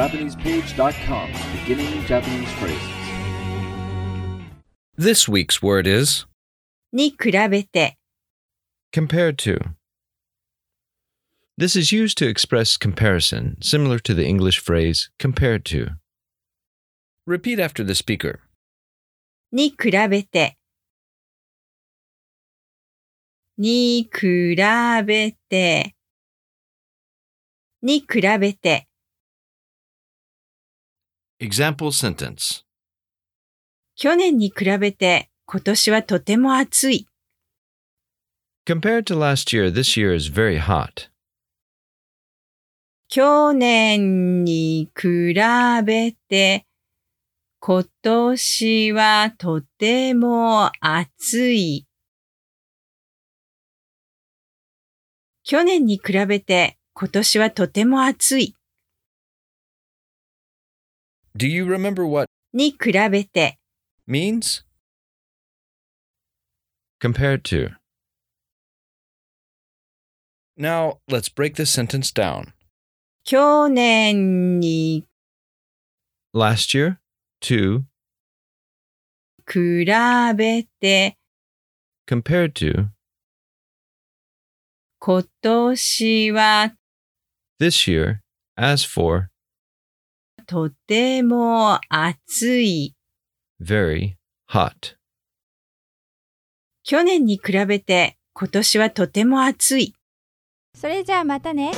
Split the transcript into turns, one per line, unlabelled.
JapanesePage.com, beginning Japanese phrases.
This week's word is
に比べて
compared to. This is used to express comparison, similar to the English phrase compared to. Repeat after the speaker.
に比べてに比べてに比べて
Example sentence
去年に比べて今年はとても暑い
Compared to last year, this year is very hot.
去年に比べて今年はとても暑い。去年に比べて今年はとても暑い
Do you remember what
に比べて
means? Compared to. Now, let's break this sentence down.
去年に
Last year, to,
比べて
compared to,
今年は
this year, as for,
とても暑い。
very, hot.
去年に比べて今年はとても暑い。
それじゃあまたね